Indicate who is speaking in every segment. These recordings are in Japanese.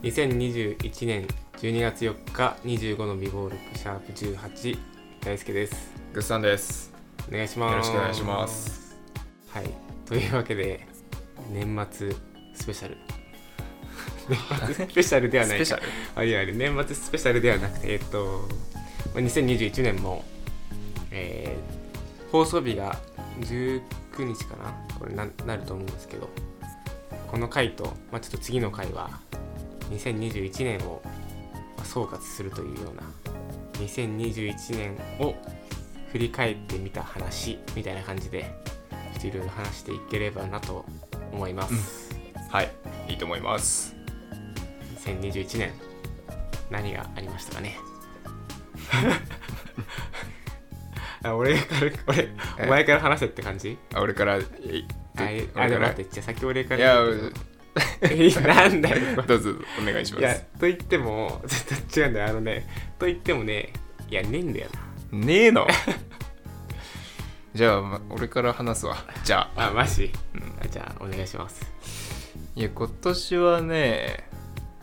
Speaker 1: 2021年12月4日25の美貌録シャープ18大輔です
Speaker 2: グッさんです。
Speaker 1: お願いします
Speaker 2: よろしくお願いします。
Speaker 1: はいというわけで年末スペシャル 年末スペシャルではないか
Speaker 2: スペシャル
Speaker 1: あいや年末スペシャルではなくてえっとまあ2021年も、えー放送日が19日かなこれななると思うんですけどこの回と、まあ、ちょっと次の回は2021年をまあ総括するというような2021年を振り返ってみた話みたいな感じでちょっといろいろ話していければなと思います。
Speaker 2: はい、いいと思います。
Speaker 1: 2021年何がありましたかね あ俺から俺
Speaker 2: え
Speaker 1: お前から話せって感じ
Speaker 2: あ、俺から、えい
Speaker 1: あえ
Speaker 2: 俺
Speaker 1: あで
Speaker 2: か
Speaker 1: も
Speaker 2: ら
Speaker 1: 待ってじゃあ先俺か
Speaker 2: いや
Speaker 1: ら、いやなんだ よ
Speaker 2: どうぞお願いし
Speaker 1: い
Speaker 2: ま
Speaker 1: や
Speaker 2: す。
Speaker 1: と言っても ちょっと違うんだよあのねと言ってもねいやねえんだよ
Speaker 2: ねえの じゃあ、ま俺から話すわ。じゃあ。
Speaker 1: なあマジ、
Speaker 2: うん
Speaker 1: あじゃあお願いします
Speaker 2: いや、今年はね、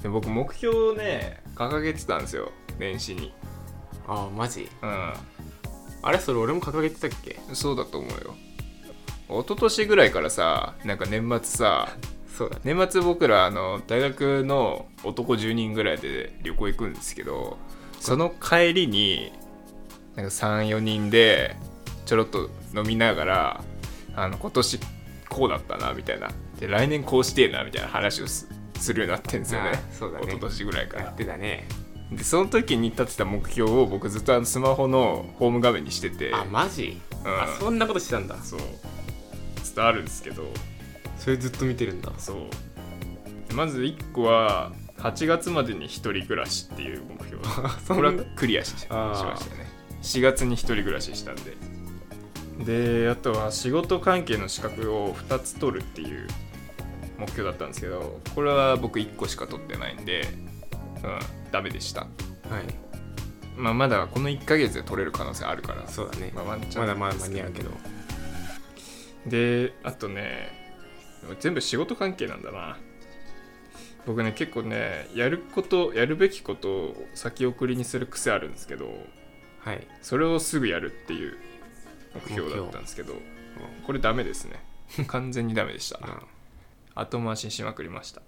Speaker 2: で僕、目標をね、掲げてたんですよ、年始に。
Speaker 1: あマジ
Speaker 2: うん。
Speaker 1: あれそれ俺も掲げてたっけ
Speaker 2: そうだと思うよ。一昨年ぐらいからさ、なんか年末さ、
Speaker 1: そうだね
Speaker 2: 年末僕らあの大学の男10人ぐらいで旅行行くんですけどその帰りになんか34人でちょろっと飲みながらあの今年こうだったなみたいなで来年こうしてえなみたいな話をすするようになってんですよね
Speaker 1: ああそうだね
Speaker 2: 一昨年ぐらいか
Speaker 1: や
Speaker 2: ら
Speaker 1: ってたね
Speaker 2: でその時に立てた目標を僕ずっとあのスマホのホーム画面にしてて
Speaker 1: あマジ、
Speaker 2: うん
Speaker 1: あそんなことしてたんだ
Speaker 2: そうずっとあるんですけど
Speaker 1: それずっと見てるんだ
Speaker 2: そうまず1個は8月までに1人暮らしっていう目 標
Speaker 1: そん
Speaker 2: こ
Speaker 1: な
Speaker 2: れはクリアしし
Speaker 1: あ
Speaker 2: ま
Speaker 1: ー
Speaker 2: したね4月に1人暮らししたんでであとは仕事関係の資格を2つ取るっていう目標だったんですけどこれは僕1個しか取ってないんでうんダメでした、
Speaker 1: はい
Speaker 2: まあ、まだこの1ヶ月で取れる可能性あるから
Speaker 1: そうだね
Speaker 2: まあ、ワンチャン
Speaker 1: まだまだ間に合うけど
Speaker 2: であとね全部仕事関係なんだな僕ね結構ねやることやるべきことを先送りにする癖あるんですけど
Speaker 1: はい
Speaker 2: それをすぐやるっていう目標だったんですけどこれダメですね完全にダメで した後回しにしまくりました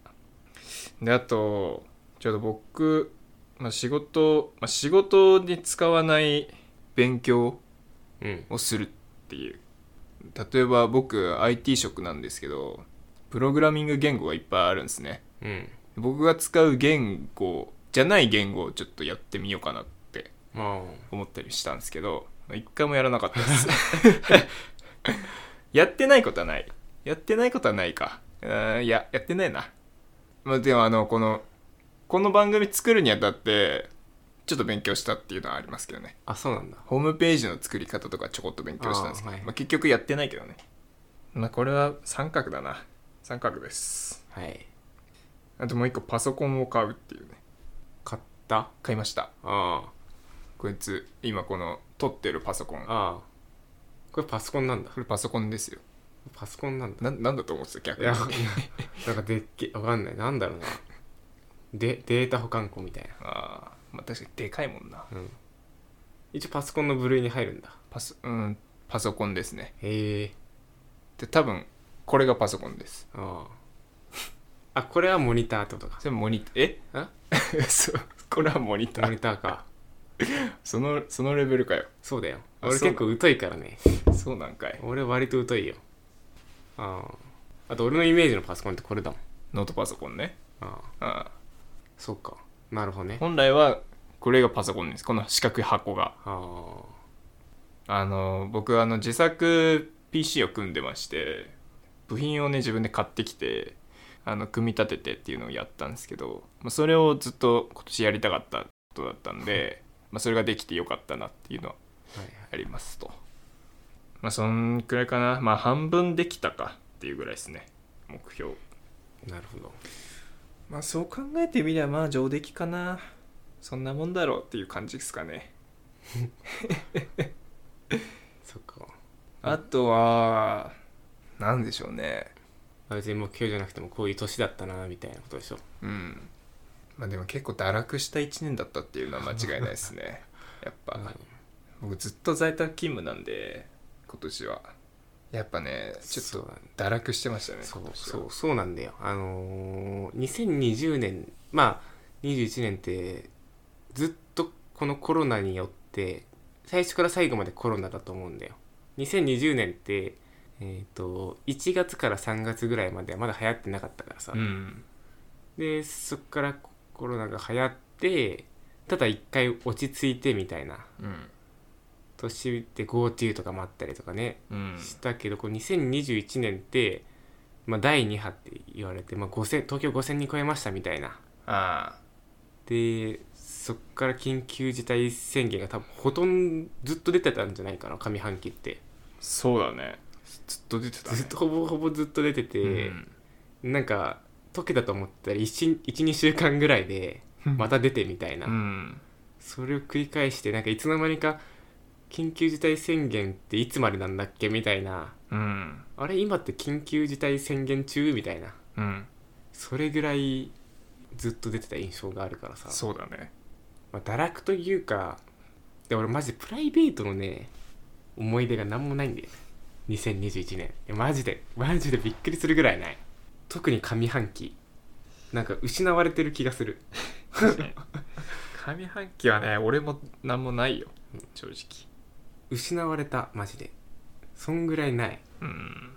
Speaker 2: であとちょうど僕、まあ、仕事、まあ、仕事に使わない勉強
Speaker 1: うん、うん、
Speaker 2: をするっていう例えば僕 IT 職なんですけどプログラミング言語がいっぱいあるんですね
Speaker 1: うん
Speaker 2: 僕が使う言語じゃない言語をちょっとやってみようかなって
Speaker 1: ま
Speaker 2: 思ったりしたんですけど一回もやらなかったです やってないことはないやってないことはないかうーんいややってないなまあでもあのこのこの番組作るにあたってちょっと勉強したっていうのはありますけどね
Speaker 1: ああそうなんだ
Speaker 2: ホームページの作り方とかちょこっと勉強したんですけど、
Speaker 1: あーはい
Speaker 2: まあ、結局やってないけどねまあこれは三角だな三角です
Speaker 1: はい
Speaker 2: あともう一個パソコンを買うっていうね
Speaker 1: 買った
Speaker 2: 買いました
Speaker 1: ああ
Speaker 2: こいつ今この撮ってるパソコン
Speaker 1: ああこれパソコンなんだ
Speaker 2: これパソコンですよ
Speaker 1: パソコンなんだ
Speaker 2: ななんだと思ってた逆
Speaker 1: い
Speaker 2: に
Speaker 1: や
Speaker 2: あ
Speaker 1: なんかでっけわかんないなんだろうなでデータ保管庫みたい
Speaker 2: あーまあ確かにでかいもんな
Speaker 1: なうん一応パソコンの部類に入るんだ
Speaker 2: パソ,、うん、パソコンですね
Speaker 1: へえ
Speaker 2: で多分これがパソコンです
Speaker 1: あああこれはモニターってことか
Speaker 2: それモニター
Speaker 1: あ
Speaker 2: え そうこれはモニタ
Speaker 1: モニ
Speaker 2: ー
Speaker 1: ターか
Speaker 2: そのそのレベルかよ
Speaker 1: そうだ よ
Speaker 2: あ
Speaker 1: 俺結構疎いからね
Speaker 2: そうなんかい
Speaker 1: 俺割と疎いよあああと俺のイメージのパソコンってこれだもん
Speaker 2: ノートパソコンね
Speaker 1: ああ
Speaker 2: ああ
Speaker 1: そっかなるほどね
Speaker 2: 本来はこれがパソコンですこの四角い箱が
Speaker 1: あ
Speaker 2: あの僕あの自作 PC を組んでまして部品をね自分で買ってきてあの組み立ててっていうのをやったんですけど、まあ、それをずっと今年やりたかったことだったんで、まあ、それができてよかったなっていうのは
Speaker 1: あはい
Speaker 2: ありますとまあそんくらいかなまあ半分できたかっていうぐらいですね目標
Speaker 1: なるほど
Speaker 2: まあそう考えてみりゃまあ上出来かなそんなもんだろうっていう感じですかね
Speaker 1: そっか
Speaker 2: あとは、なんでしょうね。
Speaker 1: まあ別に目標じゃなくてもこういう年だったなみたいなことでしょ
Speaker 2: うん。まあでも結構堕落した1年だったっていうのは間違いないです ねやっぱ、僕ずっと在宅勤務なんで今年はやっぱねちょっ
Speaker 1: そう
Speaker 2: と
Speaker 1: だね
Speaker 2: 堕落してましたね
Speaker 1: そう
Speaker 2: 今年は
Speaker 1: そうそうなんだよあのー2020年まあ21年ってずっとこのコロナによって最初から最後までコロナだと思うんだよ2020年ってえっ、と1月から3月ぐらいまではまだ流行ってなかったからさ、
Speaker 2: うん
Speaker 1: でそっからコロナが流行ってただ一回落ち着いてみたいな
Speaker 2: うん
Speaker 1: 年で GoTo とかもあったりとかね
Speaker 2: うん
Speaker 1: したけどこう2021年って、まあ、第2波って言われて、まあ、5000東京5000人超えましたみたいな
Speaker 2: あ
Speaker 1: でそっから緊急事態宣言が多分ほとんどずっと出てたんじゃないかな上半期って
Speaker 2: あそうだねずっと出てたね
Speaker 1: ずっとほぼほぼずっと出てて
Speaker 2: う、ん
Speaker 1: なんか解けたと思ったら12週間ぐらい でまた出てみたいな、
Speaker 2: うん
Speaker 1: それを繰り返してなんかいつの間にか緊急事態宣言っていつまでなんだっけみたいな
Speaker 2: うん
Speaker 1: あれ今って緊急事態宣言中みたいな
Speaker 2: うん
Speaker 1: それぐらいずっと出てた印象があるからさ、
Speaker 2: そうだ ね
Speaker 1: まあ、堕落というかで俺マジプライベートのね思い出が何もないんだよね2021年いやマジでマジでびっくりするぐらいない特に上半期なんか失われてる気がする
Speaker 2: 上半期はね俺も何もないよ正直
Speaker 1: 失われたマジでそんぐらいない
Speaker 2: うん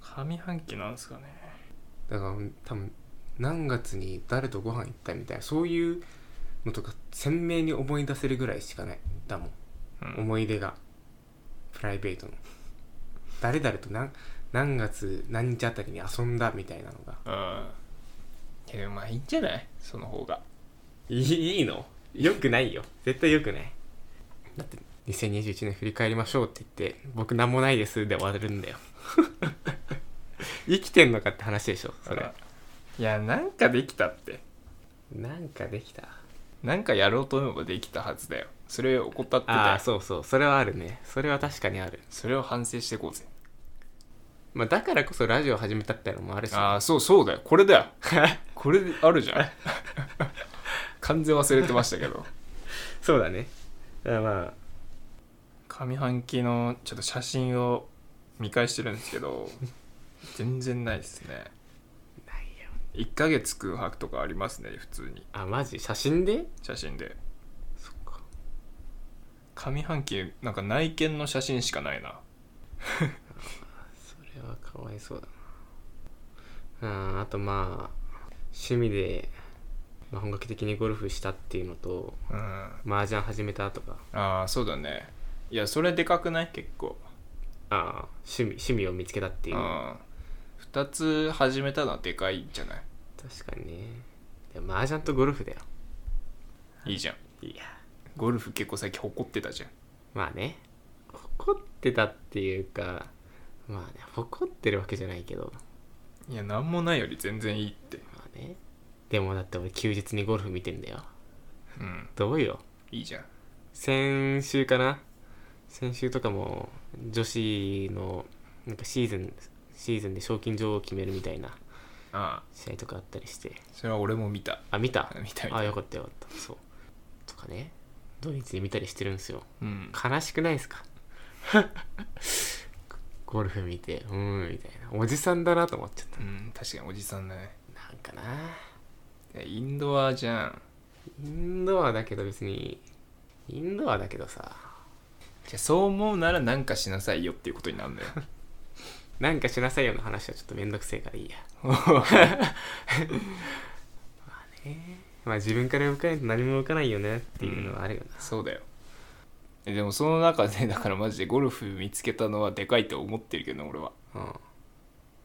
Speaker 2: 上半期なんすかね
Speaker 1: だから多分何月に誰とご飯行ったみたいなそういうのとか鮮明に思い出せるぐらいしかないだもん
Speaker 2: うん
Speaker 1: 思い出がプライベートの誰々と何何月何日あたりに遊んだみたいなのが
Speaker 2: いやでもまあいいんじゃないその方が
Speaker 1: いいいいのよくないよ絶対よくないだって2021年振り返りましょうって言って僕何もないですで終わるんだ よ生きてんのかって話でしょそれ
Speaker 2: いやなんかできたって
Speaker 1: なんかできた
Speaker 2: なんかやろうと思えばできたはずだよそれを怠って
Speaker 1: あ
Speaker 2: た
Speaker 1: あ
Speaker 2: よ
Speaker 1: そうそうそれはあるねそれは確かにある、
Speaker 2: それを反省していこうぜ
Speaker 1: まあ、だからこそラジオ始めたってのもあるし
Speaker 2: ああそうそうだよこれだよこれある じゃん完全忘れてましたけど
Speaker 1: そうだねだからまあ
Speaker 2: 上半期のちょっと写真を見返してるんですけど全然ないですね
Speaker 1: ないよ
Speaker 2: 1ヶ月空白とかありますね普通に
Speaker 1: あマジ写真で
Speaker 2: 写真で
Speaker 1: そっか
Speaker 2: 上半期なんか内見の写真しかないな
Speaker 1: それはかわいそうだなあーあとまあ趣味で、まあ、本格的にゴルフしたっていうのと
Speaker 2: うん
Speaker 1: 麻雀始めたとか
Speaker 2: ああそうだねいやそれでかくない結構
Speaker 1: ああ趣味趣味を見つけたっていう
Speaker 2: うん2つ始めたのはでかいんじゃない
Speaker 1: 確かにねでも麻雀とゴルフだよ
Speaker 2: いいじゃん
Speaker 1: いや
Speaker 2: ゴルフ結構最近誇ってたじゃん
Speaker 1: まあね誇ってたっていうかまあね誇ってるわけじゃないけど
Speaker 2: いや何もないより全然いいって
Speaker 1: まあねでもだって俺休日にゴルフ見てんだよ
Speaker 2: うん
Speaker 1: どうよ
Speaker 2: いいじゃん
Speaker 1: 先週かな先週とかも女子のなんかシーズンシーズンで賞金女王を決めるみたいな
Speaker 2: ああ
Speaker 1: 試合とかあったりして
Speaker 2: それは俺も見た
Speaker 1: あ見た
Speaker 2: 見た見た
Speaker 1: あよかったよかったそうとかね土日に見たりしてるんですよ
Speaker 2: うん
Speaker 1: 悲しくないですか ゴルフ見てうーんみたいなおじさんだなと思っちゃっ
Speaker 2: うん確かにおじさんだね
Speaker 1: たなんかない
Speaker 2: やインドアじゃん
Speaker 1: インドアだけど別にインドアだけどさ
Speaker 2: じゃあそう思うなら何かしなさいよっていうことにな るんだよ
Speaker 1: なんかしなさいよの話はちょっとめんどくせえからいい やまあ自分から動かないと何も動かないよねっていうのはあるよな、
Speaker 2: そうだよえでもその中でだからマジでゴルフ見つけたのはでかいと思ってるけどね俺は
Speaker 1: うん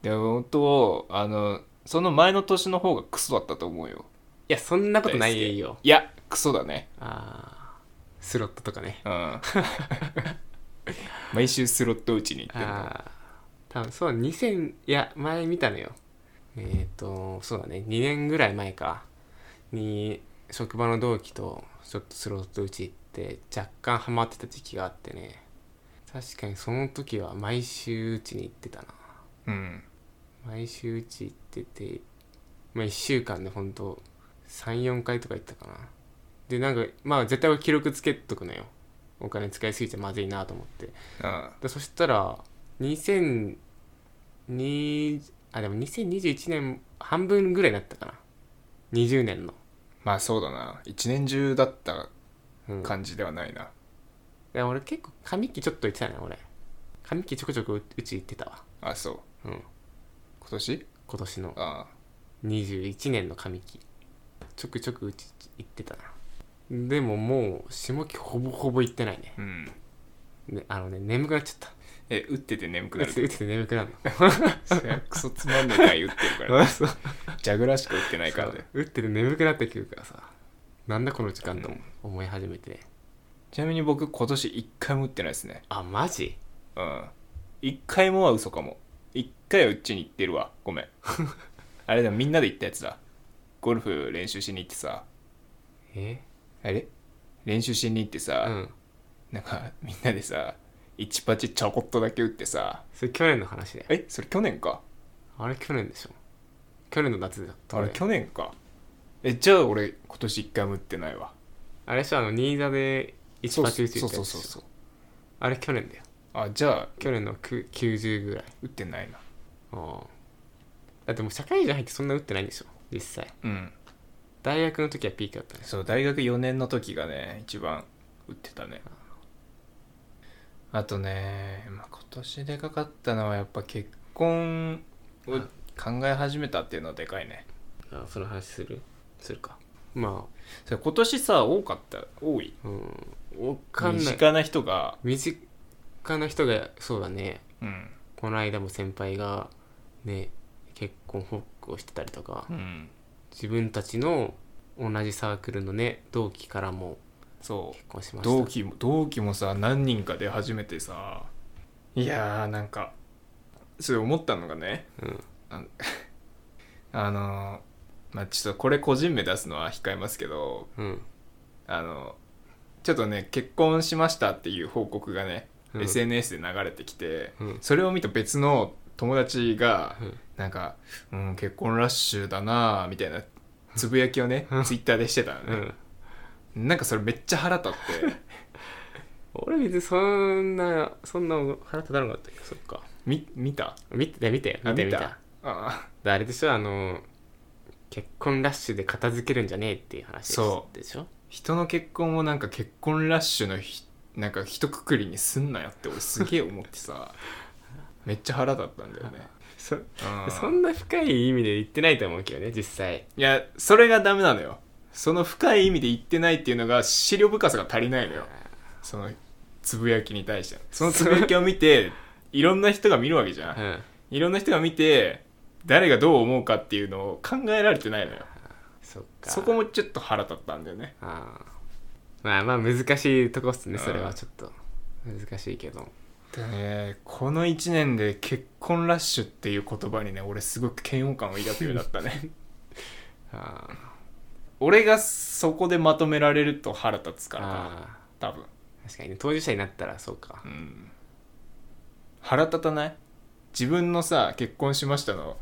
Speaker 2: でも本当あのその前の年の方がクソだったと思うよ
Speaker 1: いやそんなことないよ
Speaker 2: いやクソだね
Speaker 1: あースロットとかね
Speaker 2: うん 毎週スロット打ちに行ってんの
Speaker 1: ああ多分そう2000いや前見たのよえっ、とそうだね2年ぐらい前かに職場の同期とちょっとスロット打ち行って若干ハマってた時期があってね確かにその時は毎週打ちに行ってたな
Speaker 2: うん
Speaker 1: 毎週うち行ってて、まあ、1週間で本当34回とか行ったかなでなんかまあ絶対は記録つけとくのよお金使いすぎちゃまずいなと思って
Speaker 2: あ
Speaker 1: でそしたら2002あでも2021年半分ぐらいになったかな20年の、
Speaker 2: まあそうだな一年中だった
Speaker 1: うん、
Speaker 2: 感じではないな、
Speaker 1: で俺結構紙機ちょっと言ってたね俺紙機ちょこちょこうち行ってたわ
Speaker 2: あそう
Speaker 1: うん
Speaker 2: 今年
Speaker 1: 今年の
Speaker 2: あ
Speaker 1: 21年の紙機ちょくちょくうち行ってたなでももう下期ほぼほぼ行ってないね
Speaker 2: あうん
Speaker 1: ねあのね眠くなっちゃった
Speaker 2: え打ってて眠く
Speaker 1: 打
Speaker 2: な
Speaker 1: つ
Speaker 2: る
Speaker 1: 打つて眠くなる
Speaker 2: そりゃクソつまんねえ回打ってるから
Speaker 1: の
Speaker 2: ね ジャグラーしか打ってないからね
Speaker 1: 打ってて眠くなってくるからさなんだこの時間と思い始めて、
Speaker 2: ちなみに僕今年一回も打ってないですね
Speaker 1: あマジ
Speaker 2: うん一回もは嘘かも一回はうちに行ってるわ ごめんあれだみんなで行ったやつだゴルフ練習しに行ってさ
Speaker 1: え
Speaker 2: あれ練習しに行ってさ、
Speaker 1: うん
Speaker 2: なんかみんなでさ1パチちょこっとだけ打ってさ
Speaker 1: それ去年の話だよ
Speaker 2: えそれ去年か
Speaker 1: あれ去年でしょ去年の夏だった
Speaker 2: あれ去年かえじゃあ俺今年一回も打ってないわ
Speaker 1: あれでしょあの新座で一発打ち
Speaker 2: そう
Speaker 1: って
Speaker 2: そ
Speaker 1: や
Speaker 2: う
Speaker 1: つ
Speaker 2: そう
Speaker 1: でしょ
Speaker 2: そう
Speaker 1: あれ去年だよ
Speaker 2: あじゃあ
Speaker 1: 去年のく90ぐらい
Speaker 2: 打ってないな
Speaker 1: ああだってもう社会人入ってそんな打ってないんでしょ実際
Speaker 2: うん
Speaker 1: 大学の時はピークだったんです
Speaker 2: そう大学4年の時がね一番打ってたねあとね、まあ、今年でかかったのはやっぱ結婚を考え始めたっていうのはでかいね
Speaker 1: あその話するするかま
Speaker 2: それ今年さ多かった多い
Speaker 1: あうん分かん
Speaker 2: 身
Speaker 1: ない
Speaker 2: 近な人が
Speaker 1: 身近な人がそうだね
Speaker 2: うん、
Speaker 1: この間も先輩がね結婚報告をしてたりとか
Speaker 2: うん、
Speaker 1: 自分たちの同じサークルのね同期からも
Speaker 2: そう
Speaker 1: 結婚しました
Speaker 2: 同期も同期もさ何人か出始めてさいやーなんかそれ思ったのがね
Speaker 1: うん
Speaker 2: あのーまあちょっとこれ個人名出すのは控えますけど
Speaker 1: うん
Speaker 2: あのちょっとね結婚しましたっていう報告がね、
Speaker 1: うん
Speaker 2: SNS で流れてきて、
Speaker 1: うん
Speaker 2: それを見た別の友達が、
Speaker 1: うん
Speaker 2: なんか、うん、結婚ラッシュだなーみたいなつぶやきをね、ツイッターでしてたの
Speaker 1: う
Speaker 2: ね、
Speaker 1: ん
Speaker 2: なんかそれめっちゃ腹立って
Speaker 1: 俺別にそんなそんな腹立たなかったけどそっか
Speaker 2: み見た
Speaker 1: 見て見て
Speaker 2: あ
Speaker 1: 見て見た
Speaker 2: あ
Speaker 1: であれでしょあの結婚ラッシュで片付けるんじゃねえっていう話
Speaker 2: そ
Speaker 1: でしょ
Speaker 2: 人の結婚をなんか結婚ラッシュのひなんか一括りにすんなよって俺すげえ思っ てさめっちゃ腹立ったんだよね、
Speaker 1: そ
Speaker 2: うん
Speaker 1: そんな深い意味で言ってないと思うけどね実際
Speaker 2: いやそれがダメなのよその深い意味で言ってないっていうのが資料深さが足りないのよそのつぶやきに対してそのつぶやきを見 ていろんな人が見るわけじゃ
Speaker 1: うんん
Speaker 2: いろんな人が見て誰がどう思うかっていうのを考えられてないのよ
Speaker 1: そっか
Speaker 2: そこもちょっと腹立ったんだよね
Speaker 1: ああまあまあ難しいとこっすね
Speaker 2: うん
Speaker 1: それはちょっと難しいけど
Speaker 2: でねこの1年で結婚ラッシュっていう言葉にね俺すごく嫌悪感を抱くようになったね
Speaker 1: ああ
Speaker 2: 俺がそこでまとめられると腹立つからな
Speaker 1: あ
Speaker 2: 多分、
Speaker 1: あ確かにね当事者になったらそうか
Speaker 2: うん、腹立たない自分のさ結婚しましたの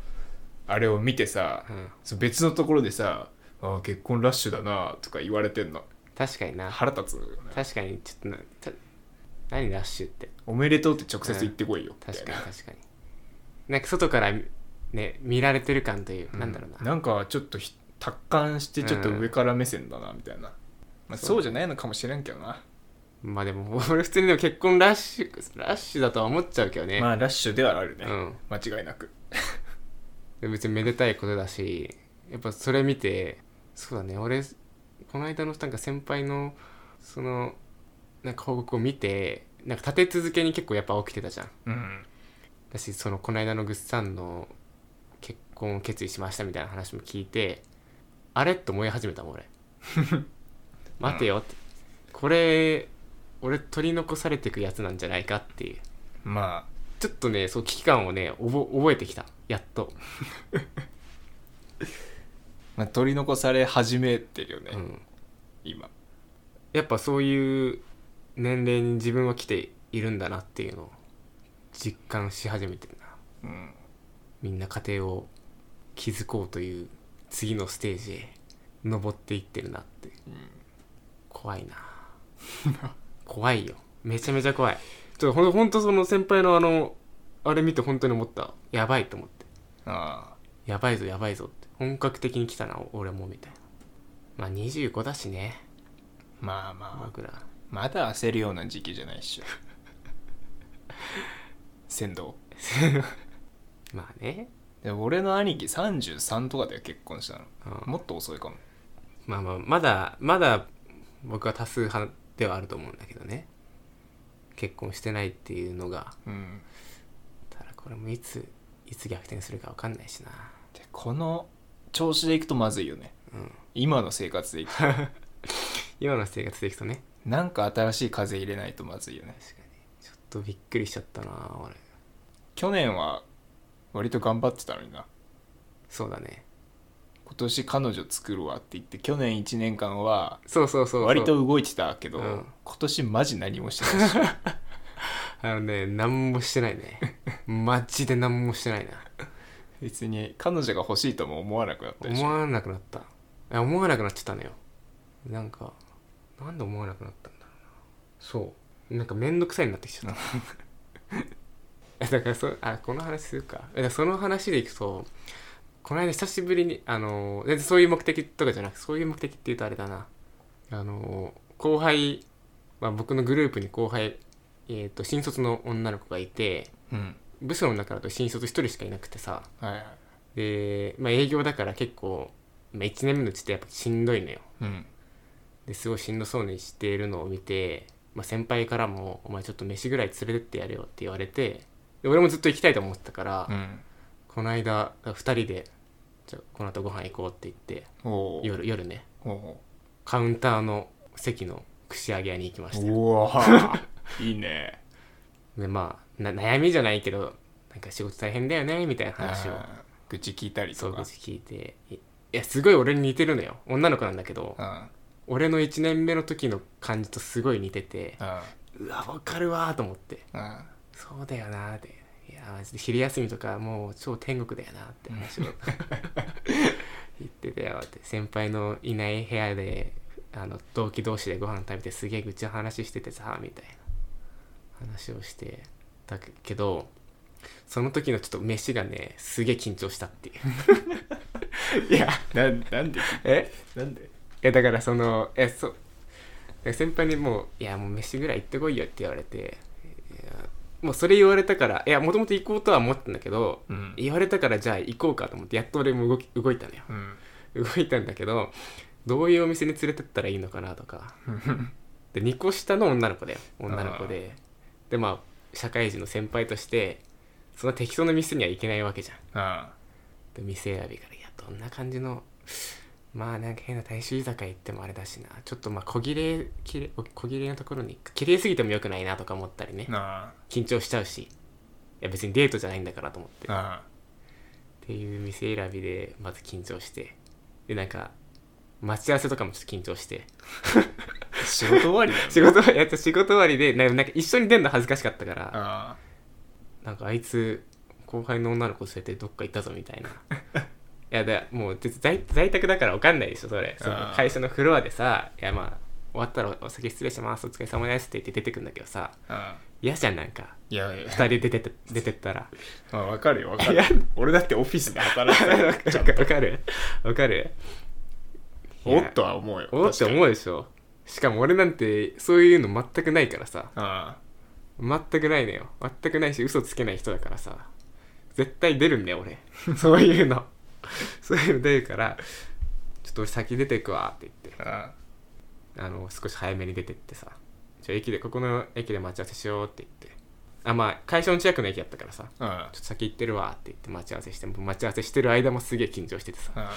Speaker 2: あれを見てさ、
Speaker 1: うん
Speaker 2: そう別のところでさ「あー結婚ラッシュだな」とか言われてんの
Speaker 1: 確かにな
Speaker 2: 腹立つよね
Speaker 1: 確かにちょっとなた何ラッシュって
Speaker 2: おめでとうって直接言ってこいよ、みたい
Speaker 1: 確か
Speaker 2: な
Speaker 1: に確かになんか外からね見られてる感という、
Speaker 2: うん
Speaker 1: なんだろうな
Speaker 2: なんかちょっとひ達観してちょっと上から目線だなみたいな、まあ、
Speaker 1: そう
Speaker 2: そうじゃないのかもしれんけどな
Speaker 1: まあでも 俺普通にでも結婚ラッシュラッシュだとは思っちゃうけどね、
Speaker 2: まあラッシュではあるね、
Speaker 1: うん
Speaker 2: 間違いなく
Speaker 1: で別にめでたいことだしやっぱそれ見てそうだね俺この間のなんか先輩のそのなんか報告を見てなんか立て続けに結構やっぱ起きてたじゃん
Speaker 2: うん
Speaker 1: だしそのこの間のぐっさんの結婚を決意しましたみたいな話も聞いてあれって思い始めたもん俺待てよって、これ俺取り残されてくやつなんじゃないかっていう
Speaker 2: まあ
Speaker 1: ちょっとねそう危機感をねおぼ覚えてきたやっと、
Speaker 2: まあ取り残され始めてるよね、
Speaker 1: うん、
Speaker 2: 今
Speaker 1: やっぱそういう年齢に自分は来ているんだなっていうのを実感し始めてるな
Speaker 2: うん
Speaker 1: みんな家庭を築こうという次のステージへ登っていってるなって
Speaker 2: うん
Speaker 1: 怖いな 怖いよめちゃめちゃ怖いちょっとほんほんとその先輩のあのあれ見て本当に思ったやばいと思って
Speaker 2: あ
Speaker 1: やばいぞやばいぞって本格的に来たな俺もみたいなまあ25だしね
Speaker 2: あまあまあ
Speaker 1: 僕ら
Speaker 2: まだ焦るような時期じゃないっしょ 先導
Speaker 1: まあね、
Speaker 2: で俺の兄貴33とかで結婚したの
Speaker 1: うん
Speaker 2: もっと遅いかも
Speaker 1: まあまあまだまだ僕は多数派ではあると思うんだけどね結婚してないっていうのが
Speaker 2: うん
Speaker 1: ただこれもいついつ逆転するか分かんないしな
Speaker 2: でこの調子でいくとまずいよね、
Speaker 1: うん
Speaker 2: 今の生活でいくと
Speaker 1: 今の生活でいくとね
Speaker 2: なんか新しい風入れないとまずいよね
Speaker 1: 確かにちょっとびっくりしちゃったな俺
Speaker 2: 去年は割と頑張ってたのにな
Speaker 1: そうだね
Speaker 2: 今年彼女作るわって言って去年1年間は
Speaker 1: そうそうそうそう
Speaker 2: 割と動いてたけど
Speaker 1: うん
Speaker 2: 今年マジ何もしてないし
Speaker 1: あのね何もしてない ねマジで何もしてないな
Speaker 2: 別に彼女が欲しいとも思わなくなったでし
Speaker 1: 思
Speaker 2: ょ
Speaker 1: わなくなったいや思わなくなっちゃったのよなんかなんで思わなくなったんだろうなそうなんか面倒くさいになってきちゃった えだからそあこの話するかえだからその話でいくとこの間久しぶりにあの全然そういう目的とかじゃなくそういう目的って言うとあれだなあの後輩、まあ、僕のグループに後輩、えー、と新卒の女の子がいて
Speaker 2: うん
Speaker 1: 部署の中だと新卒1人しかいなくてさ
Speaker 2: はいはい
Speaker 1: で、まあ、営業だから結構、まあ、1年目のうちってやっぱしんどいのよ
Speaker 2: うん
Speaker 1: ですごいしんどそうにしているのを見て、まあ、先輩からも「お前ちょっと飯ぐらい連れてってやれよ」って言われてで俺もずっと行きたいと思ってたから、
Speaker 2: うん
Speaker 1: この間2人で「じゃあこの後ご飯行こう」って言って
Speaker 2: おー
Speaker 1: 夜夜ね
Speaker 2: お
Speaker 1: カウンターの席の串揚げ屋に行きまし
Speaker 2: ー
Speaker 1: た
Speaker 2: うわー いいね
Speaker 1: でまあな悩みじゃないけどなんか仕事大変だよねみたいな話を
Speaker 2: あー愚痴聞いたり
Speaker 1: そ
Speaker 2: と
Speaker 1: う
Speaker 2: か
Speaker 1: 口聞いていいやすごい俺に似てるのよ女の子なんだけど、
Speaker 2: うん
Speaker 1: 俺の1年目の時の感じとすごい似てて
Speaker 2: うん
Speaker 1: うわわかるわーと思って
Speaker 2: うん
Speaker 1: そうだよなーっていやーマジで昼休みとかもう超天国だよなーって話を言ってたよって先輩のいない部屋であの同期同士でご飯食べてすげえ愚痴の話しててさーみたいな話をしてたけどその時のちょっと飯がねすげえ緊張したっていう
Speaker 2: いやななんで
Speaker 1: え
Speaker 2: なんで
Speaker 1: いやだからそのえそうえ先輩にもう「いやもう飯ぐらい行ってこいよ」って言われていやもうそれ言われたからいやもともと行こうとは思ってたんだけど、
Speaker 2: うん
Speaker 1: 言われたからじゃあ行こうかと思ってやっと俺も動き動いたのよ
Speaker 2: うん
Speaker 1: 動いたんだけどどういうお店に連れてったらいいのかなとかで2個下の女の子だよ女の子ででまあ社会人の先輩としてそんな適当な店には行けないわけじゃんで
Speaker 2: うん
Speaker 1: 店選びからいやどんな感じのまあなんか変な大衆居酒屋行ってもあれだしなちょっとまあ小切れきれ小切れなところに綺麗すぎてもよくないなとか思ったりね
Speaker 2: な
Speaker 1: 緊張しちゃうしいや別にデートじゃないんだからと思ってっ
Speaker 2: あ
Speaker 1: ていう店選びでまず緊張してでなんか待ち合わせとかもちょっと緊張 して
Speaker 2: うん仕事終わりだよね
Speaker 1: 仕事終わりやっと仕事終わりでなんかなんか一緒に出るの恥ずかしかったから
Speaker 2: あ
Speaker 1: なんかあいつ後輩の女の子連れてどっか行ったぞみたいないやだもう絶在在宅だから分かんないでしょそれその
Speaker 2: あー
Speaker 1: 会社のフロアでさ「いやまあ終わったらお酒失礼しますお疲れ様です」って言って出てくんだけどさ
Speaker 2: あ
Speaker 1: 嫌じゃんなんか
Speaker 2: いやいや
Speaker 1: 2人で 出て出てったら
Speaker 2: まあわかるよわかる俺だってオフィスで働い て
Speaker 1: 分
Speaker 2: る
Speaker 1: か
Speaker 2: ちゃん
Speaker 1: る分かる分かるい
Speaker 2: お
Speaker 1: や
Speaker 2: っとは思うよ
Speaker 1: おって思うでしょしかも俺なんてそういうの全くないからさ
Speaker 2: あ
Speaker 1: 全くないのよ全くないし嘘つけない人だからさ絶対出るんだよ 俺そういうのそういうの出るからちょっと俺先出てくわって言って
Speaker 2: あ
Speaker 1: あの少し早めに出てってさじゃあ駅でここの駅で待ち合わせしようって言ってあまあ会社の近くの駅やったからさちょ
Speaker 2: あ
Speaker 1: っと先行ってるわって言って待ち合わせしても待ち合わせしてる間もすげえ緊張しててさ
Speaker 2: あ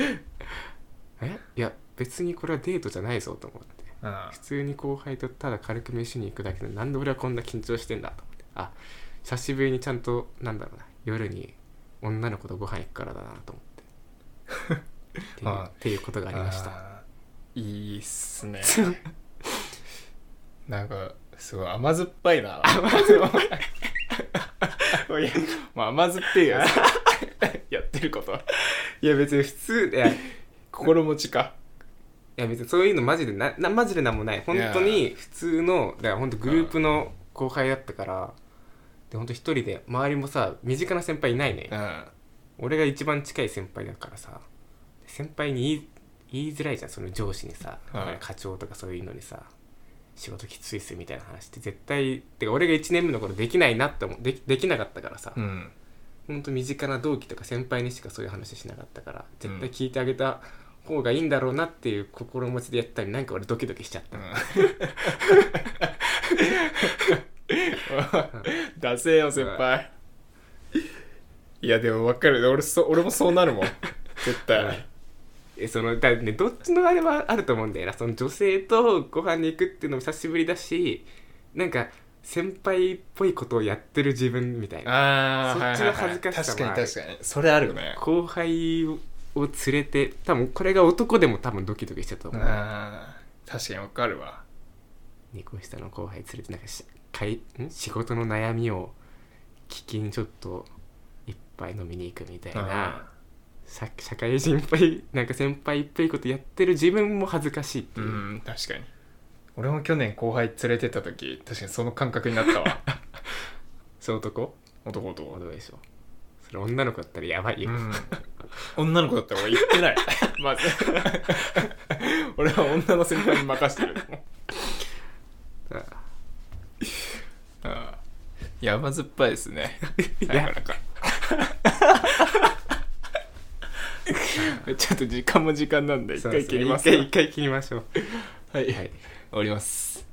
Speaker 1: えいや別にこれはデートじゃないぞと思って
Speaker 2: あ
Speaker 1: 普通に後輩とただ軽く飯に行くだけでなんで俺はこんな緊張してんだと思ってあ久しぶりにちゃんとなんだろうな夜に女の子とご飯行くからだなと思 ってっていう
Speaker 2: ああ
Speaker 1: っていうことがありました
Speaker 2: あーいいっすね なんかすごい甘酸っぱいな甘酸っぱ いや、 まあ、甘酸っぱいよやってること
Speaker 1: いや別に普通いや
Speaker 2: 心持ちか
Speaker 1: いや別にそういうのマジでななマジでなんもない本当に普通のだから本当グループの後輩だったからで本当一人で周りもさ身近な先輩いないね
Speaker 2: うん
Speaker 1: 俺が一番近い先輩だからさ先輩に言い言いづらいじゃんその上司にさ、
Speaker 2: はい
Speaker 1: 課長とかそういうのにさ仕事きついっすみたいな話って絶対てか俺が1年目の頃できないなって思うできできなかったからさ、
Speaker 2: うん
Speaker 1: ほんと身近な同期とか先輩にしかそういう話しなかったから絶対聞いてあげた方がいいんだろうなっていう心持ちでやったりなんか俺ドキドキしちゃった、
Speaker 2: ダセーよ先輩いやでも分かる俺そ俺もそうなるもん絶対
Speaker 1: えそのだ、ね、どっちのあれはあると思うんだよなその女性とご飯に行くっていうのも久しぶりだしなんか先輩っぽいことをやってる自分みたいな
Speaker 2: あ
Speaker 1: そっちの恥ずかしさもあ
Speaker 2: 確か
Speaker 1: る
Speaker 2: に確かにそれあるね
Speaker 1: 後輩を連れて多分これが男でも多分ドキドキしちゃったと思う
Speaker 2: あー確かに分かるわ
Speaker 1: 2個下の後輩連れてなんかしかいん仕事の悩みを聞きにちょっと一杯飲みに行くみたいなさ社会人っぽいなんか先輩っぽいことやってる自分も恥ずかしいって
Speaker 2: う
Speaker 1: いう、
Speaker 2: ん確かに俺も去年後輩連れてった時確かにその感覚になったわ
Speaker 1: そう男
Speaker 2: 男男
Speaker 1: 男でしょそれ女の子だったらやばいよ、
Speaker 2: うん、 女の子だったら俺言ってない まず俺は女の先輩に任してる
Speaker 1: あ
Speaker 2: ああ山酸っぱいです ね
Speaker 1: いや
Speaker 2: なかなかちょっと時間も時間なんで一
Speaker 1: そう
Speaker 2: 回切ります
Speaker 1: そう一回一回切りましょう
Speaker 2: はい、
Speaker 1: はい
Speaker 2: 終わります